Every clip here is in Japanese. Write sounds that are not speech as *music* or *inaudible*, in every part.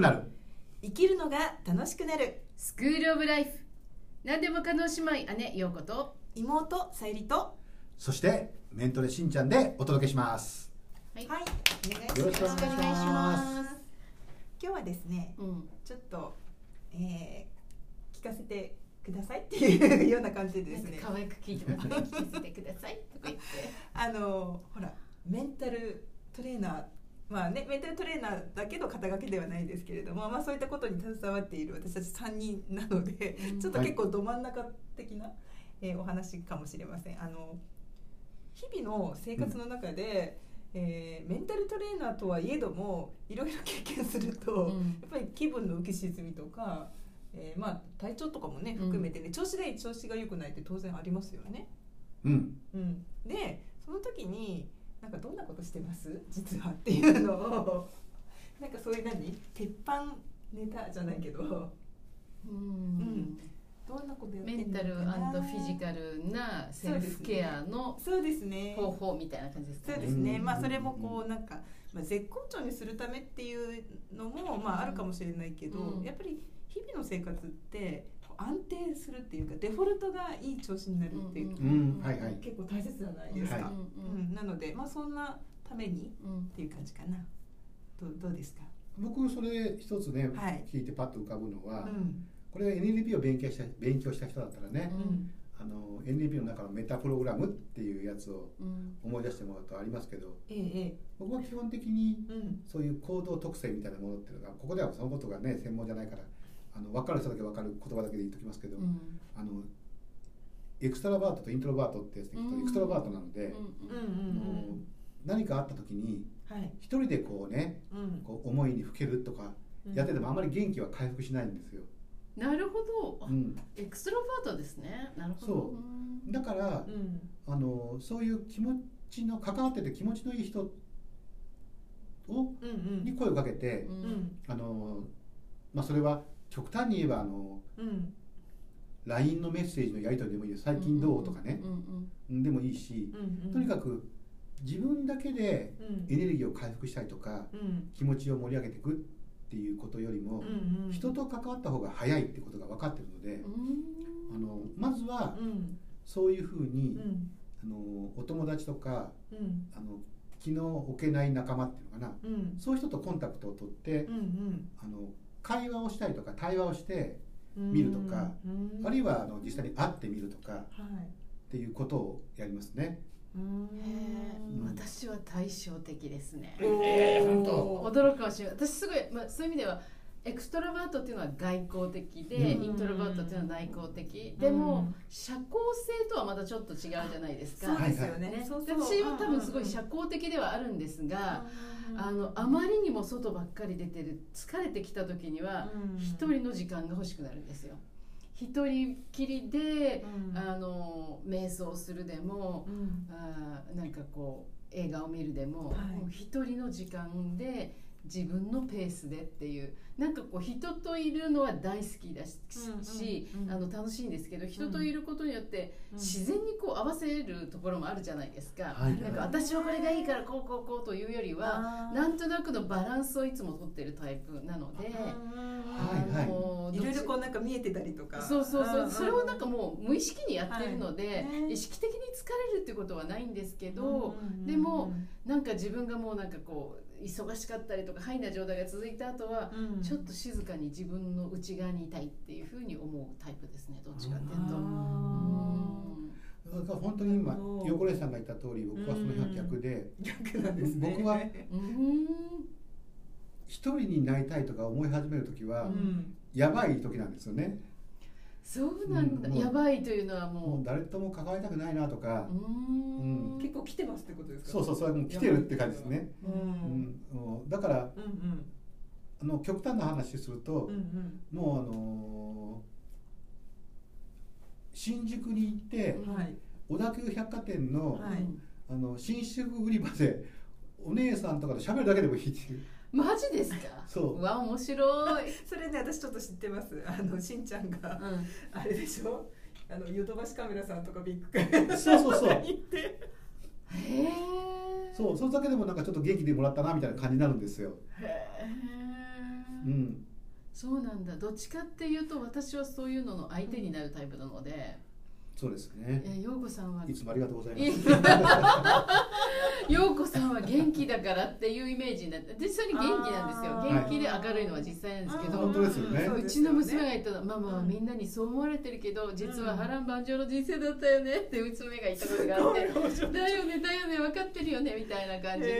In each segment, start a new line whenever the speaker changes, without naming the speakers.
なる
生きるのが楽しくなる
スクールオブライフ何でも可能姉妹姉陽子と
妹さゆりと
そしてメントレしんちゃんでお届けします
はい
はい
よ
お願
ろ
い
し
し
くお
ます
願いしま
今日はですね
うん
ちょっと、えー、聞かせてくださいっていうような感じで
な
で
ん
す
か
ね
可愛く聞いてもらって聞かせてくださいとか言って
あのほらメンタルトレーナーまあね、メンタルトレーナーだけど肩書きではないですけれども、まあ、そういったことに携わっている私たち3人なので、
うん
ちょっと結構ど真ん中的な、えーお話かもしれませんあの日々の生活の中で、えーメンタルトレーナーとはいえどもいろいろ経験すると、
うん
やっぱり気分の浮き沈みとか、えーまあ、体調とかもね含めてね、調子がいい調子が良くないって当然ありますよね。
うん
うん、でその時になんかどんなことしてます実はっていうのを *laughs* なんかそういう何鉄板ネタじゃないけど
うん
どんなことやって
メ
んの
ンタルフ
かな
ィジカルなセルフケアの
そうですね
方法みたいな感じです
そ
か
う
ね
ですね、
うん
まあそれもこうなんか、まあ、絶好調にするためっていうのもまああるかもしれないけど、
うん
やっぱり日々の生活ってこう安定するっていうかデフォルトがいい調子になるっていう、
う
うん
ん
はいはい
結構大切じゃないですか、
はい
うん
うん、なのでまあそんなために
うんうん
っていう感じかな。どうどうですか。
僕それ一つね、
はい
聞いてパッと浮かぶのは、
ん。
これ NLP を勉強した勉強した人だったらね
う、ん
あの NLP の中のメタプログラムっていうやつを
うん
思い出してもらうとありますけど
ええ
僕は基本的に
ええ。うん。
そういう行動特性みたいなものっていうのがここではそのことがね専門じゃないからあの分かる人だけ分かる言葉だけで言っときますけど、
うん
あのエクストラバートとイントロバートってやつで聞くと、
う
エ
ん
クストラバートなので、
うんうんう
あの
ん。
何かあった時に
はい。
一人でこうね
うん。
こう思いにふけるとかやっててもあんまり元気は回復しないんですよ、
なるほどあ
うん、
エクストロバートですねなるほど
そう
うん
だから
うん。
あのそういう気持ちの関わってて気持ちのいい人を
うんう
に
ん。
声をかけて
う、
うんん。
あのまあ、それは極端に言えばあの
うん。
LINE のメッセージのやり取りでもいいです最近どうとかね
う、んうん
でもいいし、
うん。
とにか
く。
く自分だけで
うん。
エネルギーを回復したりとか
うん。
気持ちを盛り上げていくっていうことよりも、
うん。
人。と関わった方が早いってことが分かってるので、
うん
あのまずは
うん。
そういうふう
う
に、
ん。
あのお友達とか
うん。
あの気の置けない仲間っていうのかな
うん。
そういう人とコンタクトを取って、
うん。
あの会話をしたりとか対話をして、
うん。
見るとか
うん。
あるい
は。
はあの実際に会ってみるとか
はい。
っていうことをやりますね。
うん
へえ私は対照的ですね
ええ、本
当。
驚くかもしれない私すごい、まあ、そういう意味ではエクストラバートっていうのは外交的で、
うん
イントロバートっていうのは内向的、
ん
でも社交性とはまたちょっと違うじゃないです
そう
か、
ですよね。
ね、
そうそう
私は多分すごい社交的ではあるんですが、あのあまりにも外ばっかり出てる疲れてきた時には
うん
一人の時間が欲しくなるんですよ。一人きりで
うん
あの瞑想するでも、
うん。
あーなんかこう映画を見るでも,、
はい
もう一人の時間で自分のペースでっていうなんかこう人といるのは大好きだし,
うんうん
し、
うん
あの楽しいんですけど人といることによって
うん
自然にこう合わせるところもあるじゃないですか,、
はい
なんか私はこれがいいからこうこうこうというよりは
あー
なんとなくのバランスをいつも取ってるタイプなので。
はいはい
あの
いろいろこうなんか見えてたりとか。
そうそうそう、
んん
それをなんかもう無意識にやってるので、
はい
意識的に疲れるってことはないんですけど、
うんうんうん
でも、なんか自分がもうなんかこう忙しかったりとかハイな状態が続いた後は、
うん
ちょっと静かに自分の内側にいたいっていうふうに思うタイプですねどっちかっていうと。うん
だから本当に今
なるほど
横根さんが言った通り僕はその辺は逆で
逆なんですね。
僕は
うん
一人になりたいとか思い始める時
う
は
ん
やばい時なんですよね。
そうなんだ、
うんもう
やばいというのは
も
も
う誰とも関わりたくないなとか
う、う、ん
結構来てますってことですか。
そうそうそれはもう来てるって感じですね。
うん。
う
うん
ん、もうだから
うん
あの極端な話する
う
と
んう、ん
もうあのー新宿に行って
うん。はい。
小田急百貨店の,、
はい
あの新宿売り場でお姉さんとかと喋るだけでも
*laughs*
いいっていう
マジですか
そう
わ面白い、
それね私ちょっと知ってます。あのしんちゃんが
うん
あれでしょ。あのヨドバシカメラさんとかビッグカメラ
そうそうそう
さんとか行って。
へえ
そうそれだけでもなんかちょっと元気でもらったなみたいな感じになるんですよ、
へえ
ううん、
そうなんだどっちかっていうと私はそういうのの相手になるタイプなので、
そうですね。
え陽子さ
*laughs*
んはい
つもありがとうござい
い
ます。
陽子さんは元気だからっていうイメージになって実際に元気なん
あ
です
ー
よ元気で明るいのは実際なんですけ
あ
ど
ー本当ですよね
そううちの娘が言ったのママは
うん
みんなにそう思われてるけど実は
うん
波乱万丈の人生だったよねって娘が言ったことがあって「だよねだよね分かってるよね」みたいな感じの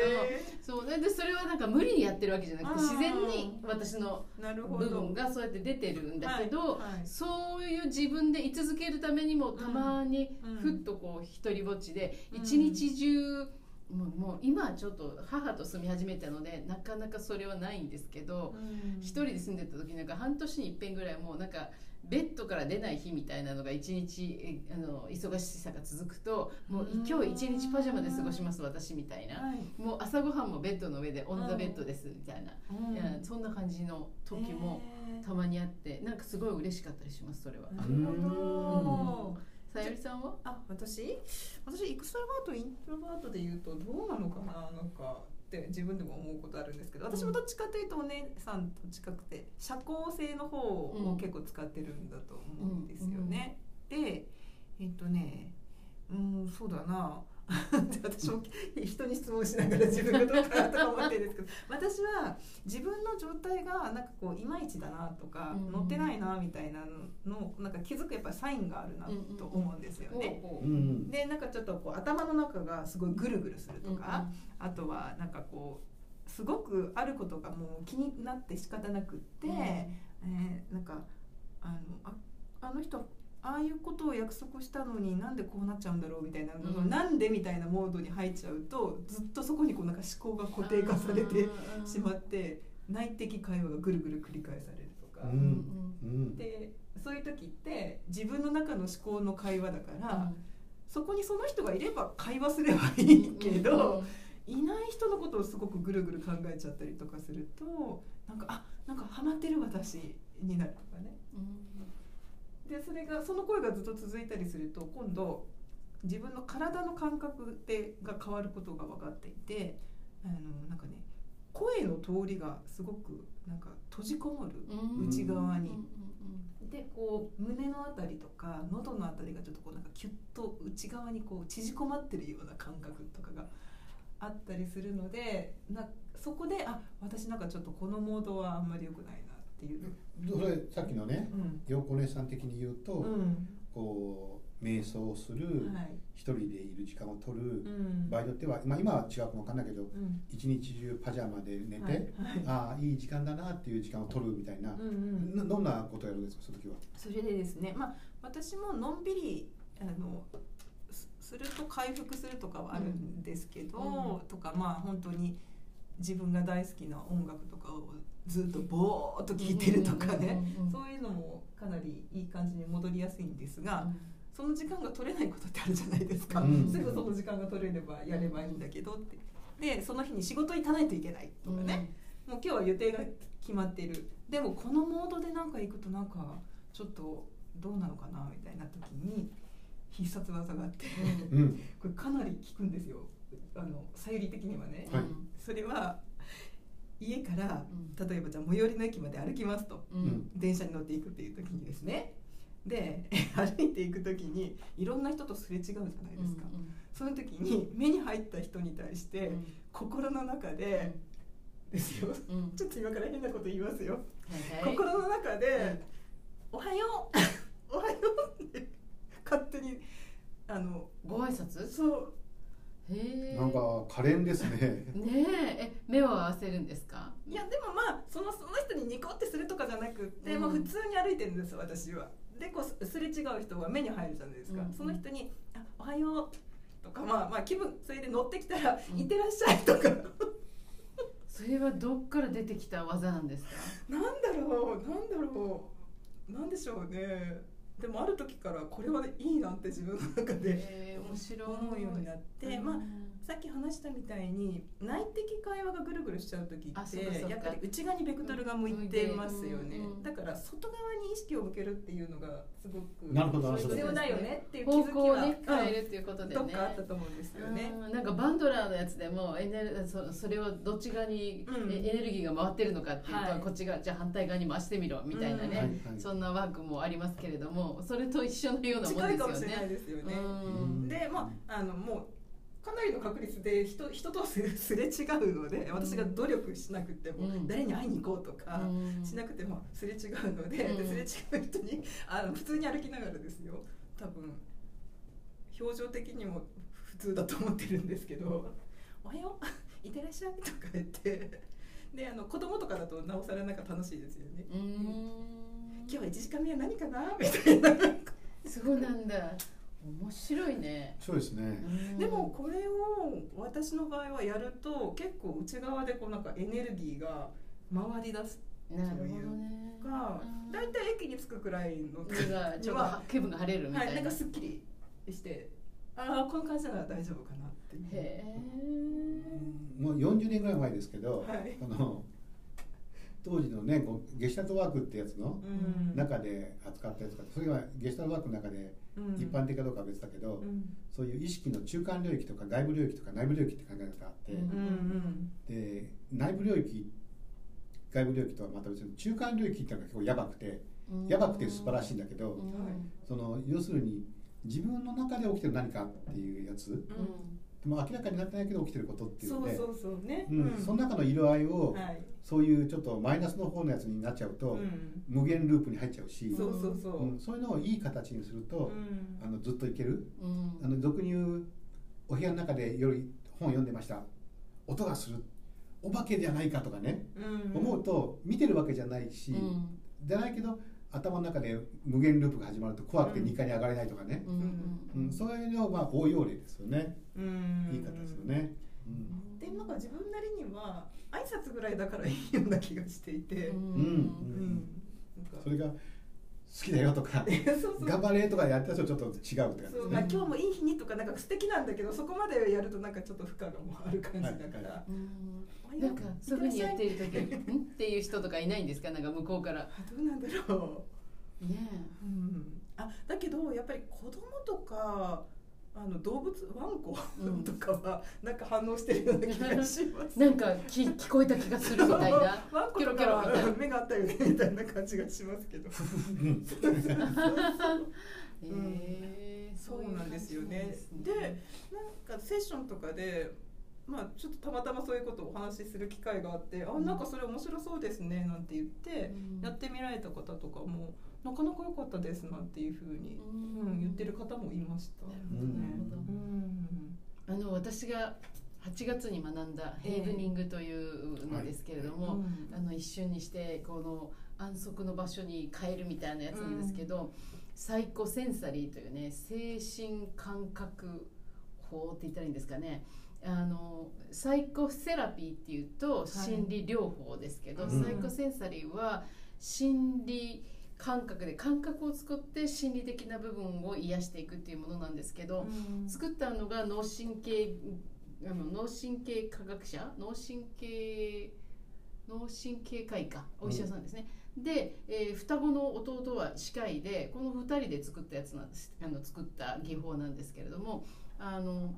そうねでそれはなんか無理にやってるわけじゃなくて
あー
自然に私の
なるほ
部
ど
分がそうやって出てるんだけど、
はいはい
そういう自分で居続けるためにもたまに
うん
ふっとこう一人ぼっちで
うん
一日中もうもう今はちょっと母と住み始めたのでなかなかそれはないんですけど
うん
一人で住んでた時なんか半年に一遍ぐらいもうなんかベッドから出ない日みたいなのが一日えあの忙しさが続くともう
うん
今日一日パジャマで過ごします私みたいな
はい
もう朝ごはんもベッドの上でオンザベッドですみたいな、
うん
いやそんな感じの時も。
へー
たまにあってなんかすごい嬉しかったりしますそれは。
なるほど
さゆりさんは
あ私私エクストラバートイントロバートで言うとどうなのかななんかって自分でも思うことあるんですけど私もどっちかというとお姉さんと近くて社交性の方を結構使ってるんだと思うんですよね。でえっとねうんそうだな *laughs* って私も人に質問しながら自分がどうかなとか思ってるん *laughs* ですけど私は自分の状態がなんかこういまいちだなとか
うん
乗ってないなみたいなのなんか気づくやっぱりサインがあるなと思うんですよね。
お
うんうん。
でなんかちょっとこう頭の中がすごいぐるぐるすると
うん
か、あとはなんかこうすごくあることがもう気になって仕方なくって、
うん
えーなんかあのああの人ああいうことを約束したのになんでこうなっちゃうんだろうみたいな、
うん
なんでみたいなモードに入っちゃうとずっとそこにこうなんか思考が固定化されてしまって内的会話がぐるぐる繰り返されるとか。
う
うんんうん
うん。
でそういう時って自分の中の思考の会話だから、そこにその人がいれば会話すればいいけど、いない人のことをすごくぐるぐる考えちゃったりとかするとなんかあなんかハマってる私になるとかねでそれがその声がずっと続いたりすると今度自分の体の感覚でが変わることが分かっていてあのなんかね声の通りがすごくなんか閉じこもる
うん
内側に
うん
でこう胸のあたりとか喉のあたりがちょっとこうなんかキュッと内側にこう縮こまってるような感覚とかがあったりするのでなそこであ私なんかちょっとこのモードはあんまり良くないなっていう、
それさっきのね、
うん
陽子お姉さん的に言うと、
うん
こう瞑想をする、
はい
一人でいる時間を取る、
うん
場合によっては、まあ今は違うかもわかんないけど、
うん
一日中パジャマで寝て、
はいはい
ああいい時間だなっていう時間を取るみたいな、
うんうん
などんなことをやるんですかその時は。
それでですね、まあ、私ものんびりあのすすると回復するとかはあるんですけど、
うん
とかまあ本当に自分が大好きな音楽とかをずっとぼーっと聴いてるとかね、
うんうんうんうん
そういうのもかなりいい感じに戻りやすいんですが、
う
その時間が取れないことってあるじゃないですか、
うん
すぐその時間が取れればやればいいんだけどって。でその日に仕事行かないといけないと
ん
かね、もう今日は予定が決まっているでもこのモードでなんか行くとなんかちょっとどうなのかなみたいな時に必殺技があって *laughs*
うん
これかなり効くんですよあのさゆり的にはね
はい
それは家から
うん
例えばじゃあ最寄りの駅まで歩きますと
うん
うん
電車に乗っていくっていう時にですねで *laughs* 歩いていく時にいろんな人とすれ違うじゃないですか、その時に目に入った人に対し
うん
て心の中でですよ
うんうん
ちょっと今から変なこと言いますよ
はいはい
心の中で「おはよ
*laughs*
うおはよう」って勝手にあの
ご挨拶
そう
へえ
なんか可憐ですね。
ねええ目を合わせるんですか
いやでもまあそのその人にニコってするとかじゃなくって、
うん
まあ、普通に歩いてるんです私は。でこうすすれ違う人は目に入るじゃないですか、
うん
その人に「あおはよう」とかまあまあ気分それで乗ってきたら「
うん
いってらっしゃい」とか *laughs*
それはどっから出てきた技なんですか
なんだろうなんだろうなんでしょうねでもある時からこれはいいなって自分の中で
へえ面白い
思うようになって、まあさっき話したみたいに内的会話がぐるぐるしちゃう時
あ
っ
そうか
て
そうか
やっぱり内側にベクトルが向いてますよね、
うんうん
だから外側に意識を向けるっていうのがすごく
なるほどなるほど
必要だよねっていう気
方
づき
向を
は、
ね変えるっていうこと
うん
で
どっ
ね
かあったと思うんですよね。
うんなんかバンドラーのやつでもエネルそそれをどっち側に
うん
えエネルギーが回ってるのかっていうと、
はい
こっちがじゃあ反対側に回してみろみたいな
うん
ね、そんなワークもありますけれどもそれと一緒のようなも
近いか
ん
も
です
しれ
よ
ない
ね。
ですよね。
うん
でまああのもうかなりの確率で人人とすすれ違うので私が努力しなくても、
うん
誰に会いに行こうとか。
うん
しなくてもすれ違うので,で、
うん
すれ違う人にあの普通に歩きながらですよ多分表情的にも普通だと思ってるんですけど「おはよういってらっしゃい」とか言ってであの子供とかだとなおさらなんか楽しいですよね。
うん
今日は1時間目は何か
*laughs*
なみたいな
そうなんだ面白いね。
そうですね
うん
でもこれを私の場合はやると結構内側でこうなんかエネルギーが回り出す
なるほどね。
か
うん
大体駅に着くくらいの
なんかちょっとは気分が晴れるみた
はい、ないん
な。
か
へ
すっきりしてああこの感じなら大丈夫かなっていう
え。
もう40年ぐらい前ですけど、
はい
あの当時のねこうゲシュタルトワークってやつの
うん
中で扱ったやつかそれはゲシュタルトワークの中で
うん
一般的かどうかは別だけど、
うん
そういう意識の中間領域とか外部領域とか内部領域って考え方があって、
うん
うんうん
で内部領域外部領域とはまた別に中間領域っていうのが結構やばくて
うん
やばくて素晴らしいんだけど、
うん
はい
その要するに自分の中で起きてる何かっていうやつで
うん
も明らかになってないけど起きてることっていう
そ
の
う
で
そうそうね、
うんその中の色合いを、
はい、
そういうちょっとマイナスの方のやつになっちゃうと、
うん、
無限ループに入っちゃうし
そうそうそう、
うんそういうのをいい形にすると、
うん
あのずっといける
うん
あの俗に言うお部屋の中でより本読んでました音がするお化けじゃないかとかね、
うん
思うと見てるわけじゃないし、
うん
じゃないけど頭の中で無限ループが始まると怖くて
うん
2階に上がれないとかね、
うん
うんそういうのはまあ応用例ですよね、
うん
いい形ですよね、うん
でなんか自分なりには挨拶ぐらいだからいいような気がしていて、
う
うん
ん
なんか
それが好きだよとか
*laughs* そうそう
頑張れとかやったとちょっと違うって感じです
そう
ね
まあ、今日もいい日にとかなんか素敵なんだけどそこまでやるとなんかちょっと負荷がもうある感じだから、
うん
おはよう
なんかそういうふうにやっている時んっていう人とかいないんですかなんか向こうから
あどうなんだろ
ね
う、うん、あだけどやっぱり子供とかあの動物ワンコ
うん
とかはなんか反応してるような気がします
えなんかき聞こえた気がするみたいな
*laughs* ワンコとか
キョロキョロみたいな
は目があったよねみたいな感じがしますけど
うん
えー
そうなんですよね
そういう感じ
で
なんですね
なんかセッションとかでまあちょっとたまたまそういうことをお話しする機会があって「あなんかそれ面白そうですね」なんて言ってやってみられた方とかも「なかなか良かったです」なんていうふうに、
うん
うん、言ってる方もいました。
なる
ほどね
うん
あの私が8月に学んだヘイブニングというのですけれども、
うん
あの一瞬にしてこの安息の場所に変えるみたいなやつなんですけど、サイコセンサリーというね精神感覚法って言ったらいいんですかねあのサイコセラピーっていうと心理療法ですけど、
うん
サイコセンサリーは心理感覚で感覚を使って心理的な部分を癒していくっていうものなんですけど、作ったのが脳神経あの脳神経科学者脳神経脳神経科医かお医者さんですね、で、えー双子の弟は歯科医でこの2人で作ったやつなんですあの作った技法なんですけれどもあの、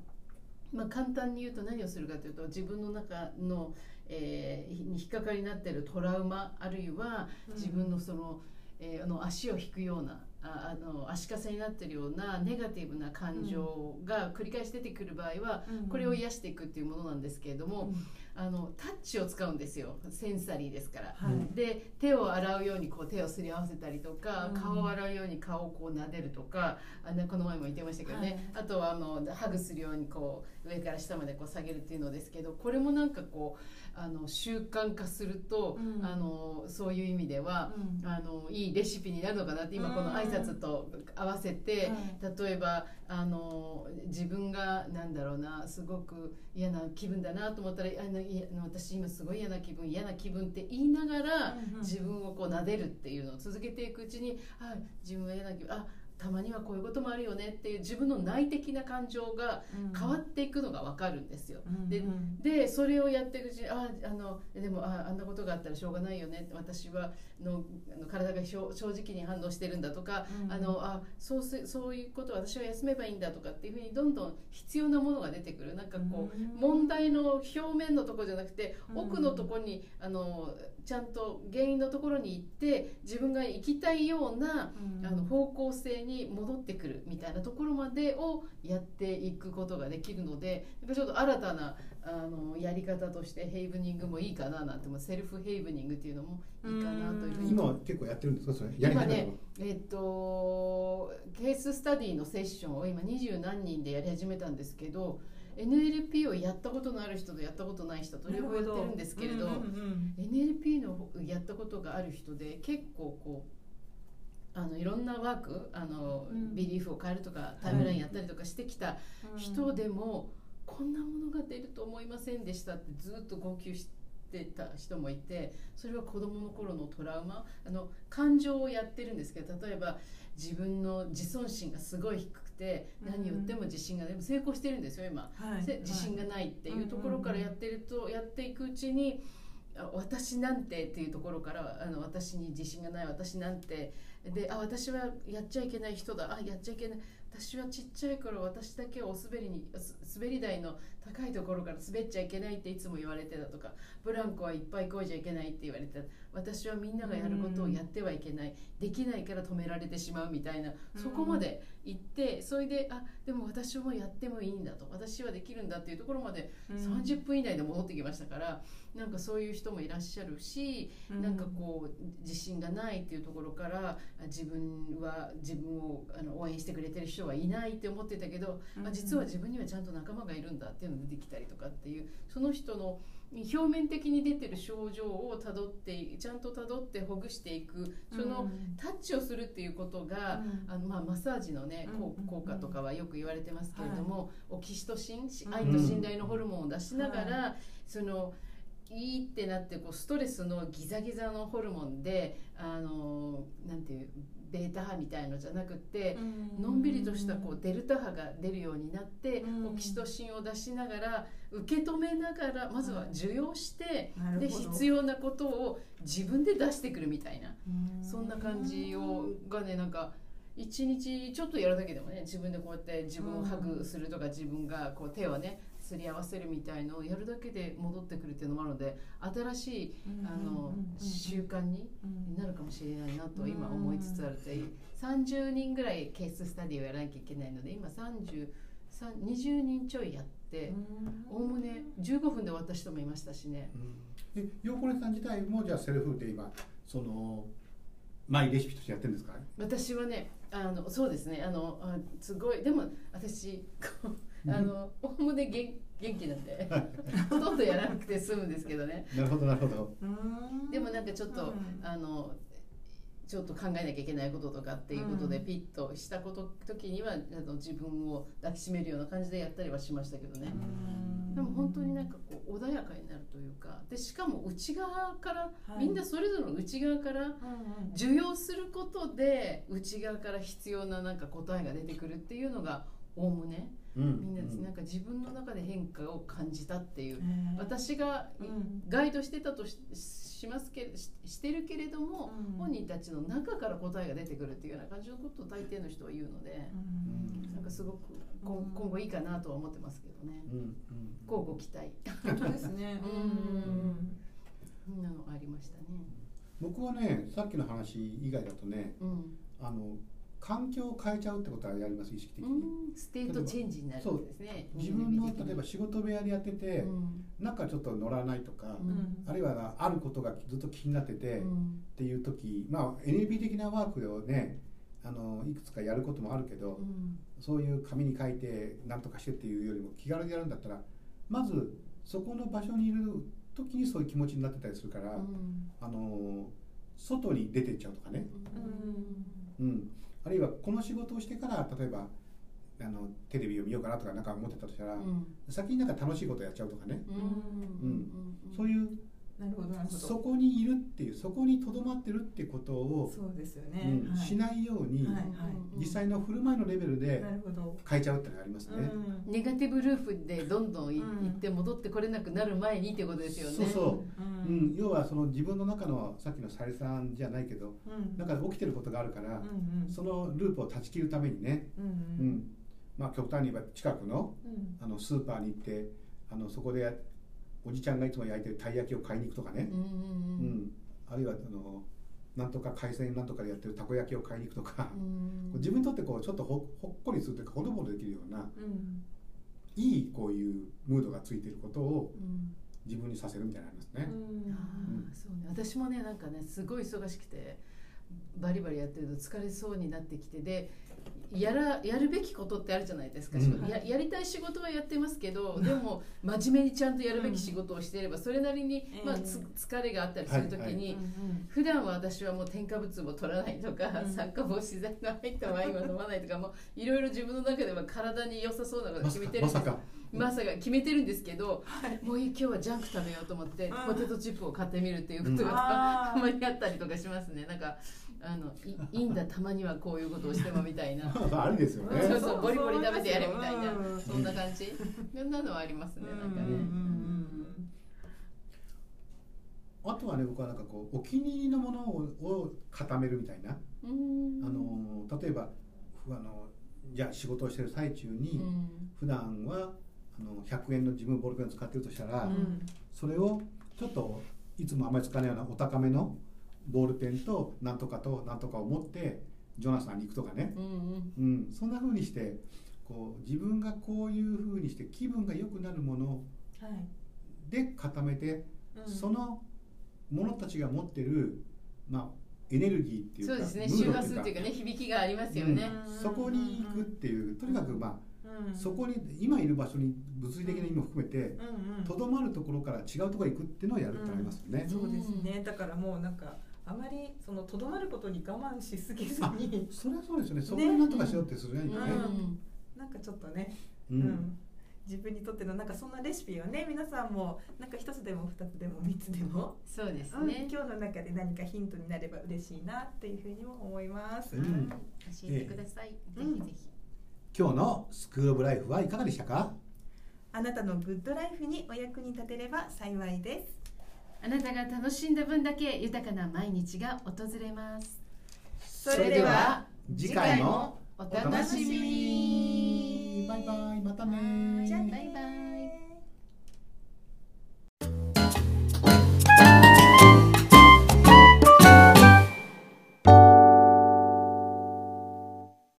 まあ、簡単に言うと何をするかというと自分の中の、えーに引っかかりになっているトラウマあるいは自分のその,、えーあの足を引くようなああの足かせになってるようなネガティブな感情が繰り返し出てくる場合は、
うん
これを癒していくっていうものなんですけれども、あのタッチを使うんですよセンサリーですから。
はい
で手を洗うようにこう手をすり合わせたりとか、
うん
顔を洗うように顔をこう撫でるとかあのこの前も言ってましたけどね、あとはあのハグするようにこう上から下までこう下げるっていうのですけどこれもなんかこうあの習慣化すると、
うん
あのそういう意味では、
うん
あのいいレシピになるのかなって今この挨拶と合わせて、例えばあの自分がなんだろうなすごく嫌な気分だなと思ったらあのいやあの私今すごい嫌な気分嫌な気分って言いながら、
うんうん
自分をこう撫でるっていうのを続けていくうちにあ自分は嫌な気分あたまにはこういうこともあるよねっていう自分の内的な感情が変わっていくのが分かるんですよ。ででそれをやっていくうちにああのでもああんなことがあったらしょうがないよね私はのあの体がひょ正直に反応してるんだとか、あのあそうすそういうことは私は休めばいいんだとかっていうふうにどんどん必要なものが出てくるなんかこう、問題の表面のところじゃなくて
うん
奥のところにあのちゃんと原因のところに行って自分が行きたいようなあの方向性に戻ってくるみたいなところまでをやっていくことができるのでなんかちょっと新たなあのやり方としてヘイブニングもいいかななんてもセルフヘイブニングっていうのもいいかなというふうに
今は結構やってるんですかそれやり始めたの
今えっと、ケーススタディのセッションを今二十何人でやり始めたんですけど NLP をやったことのある人とやったことない人と両方やってるんですけれど NLP のやったことがある人で結構こうあのいろんなワークあの、
うん
ビリーフを変えるとかタイムラインやったりとかしてきた人でも、こんなものが出ると思いませんでしたってずっと号泣してた人もいてそれは子どもの頃のトラウマあの感情をやってるんですけど例えば自分の自尊心がすごい低くて
うん
何言っても自信がでも成功してるんですよ今。せ自信がないっていうところからやってると、やっていくうちにあ私なんてっていうところからあの私に自信がない私なんてであ私はやっちゃいけない人だあやっちゃいけない私はちっちゃい頃私だけお滑りにす滑り台の高いところから滑っちゃいけないっていつも言われてたとかブランコはいっぱいこいじゃいけないって言われてた私はみんながやることをやってはいけない、できないから止められてしまうみたいな、
うん
そこまで行ってそれであでも私もやってもいいんだと私はできるんだっていうところまで30分以内で戻ってきましたから、なんかそういう人もいらっしゃるし、なんかこう自信がないっていうところからあ自分は自分をあの応援してくれてる人はいないって思ってたけどあ実は自分にはちゃんと仲間がいるんだっていうのが出てきたりとかっていうその人の表面的に出てる症状をたどってちゃんとたどってほぐしていくそのタッチをするっていうことが、あのまあ、マッサージの、ね
うん
効
うんうん
効果とかはよく言われてますけれども、オキシトシンし愛と信頼のホルモンを出しながら、そのいいってなってこうストレスのギザギザのホルモンであのなんていうベータ波みたいのじゃなくって、のんびりとしたこうデルタ波が出るようになって、
うん
オキシトシンを出しながら受け止めながらまずは受容して、
うんなる
で
ほど
必要なことを自分で出してくるみたいな、そんな感じを
うん
がねなんか一日ちょっとやるだけでもね自分でこうやって自分をハグするとか、自分がこう手をねすり合わせるみたいのをやるだけで戻ってくるっていうのもあるので新しいあの習慣に
うん
なるかもしれないなと今思いつつあるという30人ぐらいケーススタディをやらなきゃいけないので今30 3 20人ちょいやっておおむね15分で終わった人もいましたしね。
うんでヨーコネさん自体もじゃあセルフで今そのマイレシピとしてやってるんですか
私はねあのそうですねあのあすごいでも私こうあのおおむね元元気なん
*laughs*
でほとんどやらなくて済むんですけどね
なるほどなるほど
うん
でもなんかちょっと、
うん
あのちょっと考えなきゃいけないこととかっていうことで
うん
ピッとしたこと時にはあの自分を抱きしめるような感じでやったりはしましたけどね。
うん
でも本当になんかこう穏やかになるというかでしかも内側から、
はい
みんなそれぞれの内側から
うんうん
受容することで内側から必要ななんか答えが出てくるっていうのがおおむね
み
みんなですね、なんか自分の中で変化を感じたっていう私が
うん
ガイドしてたとししますけししてるけれども、
うん
本人たちの中から答えが出てくるっていうような感じのことを大抵の人は言うので、
うん
なんかすごくこ
うん
今後いいかなとは思ってますけどね。
うんうん
こうご期待
本当ですね
うん
うん
そんなのありましたね。
僕はねさっきの話以外だとね
うん、
あの環境を変えちゃうってことはやります意識的に、
うんステートチェンジになるんですね。
自分の例えば
し
仕事部屋でやってて、
うん
なんかちょっと乗らないとか、
うん
あるいはあることがずっと気になってて、
う
っ
ん
ていう時まあ NLP 的なワークをねあのいくつかやることもあるけど、
うん
そういう紙に書いて何とかしてっていうよりも気軽にやるんだったらまずそこの場所にいる時にそういう気持ちになってたりするから、
うん
あの外に出てっちゃうとかね、
うん
うん、あるいはこの仕事をしてから例えばあのテレビを見ようかなとかなんか思ってたとしたら、
うん
先になんか楽しいことやっちゃうとかね、
うんうん
そういう
なるほどなるほど
そこにいるっていうそこにとどまってるってことを、
そうですよ
う
ね、
ん
はい
しないように、
はい
実際の振る舞いのレベルで
なるほど、
変えちゃうってのがありますね。
うん
ネガティブループでどんどんい
うん
行って戻ってこれなくなる前にってことですよね。
そうそううんん、要はその自分の中のさっきのさゆりさんじゃないけど
うん
中で起きてることがあるから
う、んうん
そのループを断ち切るためにね、
うんう
うんんまあ、極端に言えば近くの
うん
あのスーパーに行ってあのそこでおじちゃんがいつも焼いてるたい焼きを買いに行くとかね、
うんう
うん
ん
あるいはあのなんとか海鮮なんとかでやってるたこ焼きを買いに行くとか、
うん
自分にとってこうちょっとほほっこりするというかほのぼのできるような
うん
いいこういうムードがついてることを
うん
自分にさせるみたいなのありますね。
うん
あーそうね私もねなんかねすごい忙しくてバリバリやってると疲れそうになってきてでやらやるべきことってあるじゃないですか、
うん
ややりたい仕事はやってますけどでも真面目にちゃんとやるべき仕事をしていればそれなりに、まあ、つ
え
疲れがあったりする時に、
はいは
うんうん
普段は私はもう添加物も取らないとか、
うん
酸化防止剤の入ったワインを飲まないとかもういろいろ自分の中では体に良さそうなこと
ま
決
さ
め
か
てるん
ま
です
さか
まさか決めてるんですけど、
はい
もう今日はジャンク食べようと思って
うん
ポテトチップを買ってみるっていうこと
うん
あ
が
ー
たまにあったりとかしますねなんかあのいいいんだたまにはこういうことをしてもみたいな
まあありですよね。
*laughs* そうそうボリボリ食べてやれみたいな
うん
そんな感じそんなのはありますねなんか
うんうんう
ね。
ん
あとはね僕はなんかこうお気に入りのものをを固めるみたいな、
うん
あの例えばふあのじゃあ仕事をしてる最中
う
に、
ん
普段はあの100円の自分ボールペンを使ってるとしたら、
う
うん
それをちょっといつもあまり使わないようなお高めのボールペンとなんとかとなんとかを持ってジョナサンに行くとかね、
うんうん
うん、そんな風にしてこう自分がこういう風にして気分が良くなるもの
はい
で固めて
うん
その者たちが持ってる、まあ、エネルギーっていう
そ
か
うですね
ムー
周
ド
波数っていうかね響きがありますよね。
うんそこに行くっていうとにかく、ま
う
あ、
ん
そこに今いる場所に物理的な意味も含めて
うんうん
とどまるところから違うところへ行くっていうのをやるってありますよね。
そうですねだからもうなんかあまりそのとどまることに我慢しすぎずに
それはそうですよね。そこになんとかしようってするやんよね。
うん
なんかちょっとね
うん
うん自分にとってのなんかそんなレシピをね皆さんもなんか一つでも二つでも三つでも、
そうです
うん
ね。
今日の中で何かヒントになれば嬉しいなっていうふうにも思います。
うん
教えてください。ぜひぜひ。
今日のスクールオブライフはいかがでしたか？
あなたのグッドライフにお役に立てれば幸いです。
あなたが楽しんだ分だけ豊かな毎日が訪れます。
それでは
次回も
お
お楽
楽
し
し
み
み
に
に。
バイバイまたね。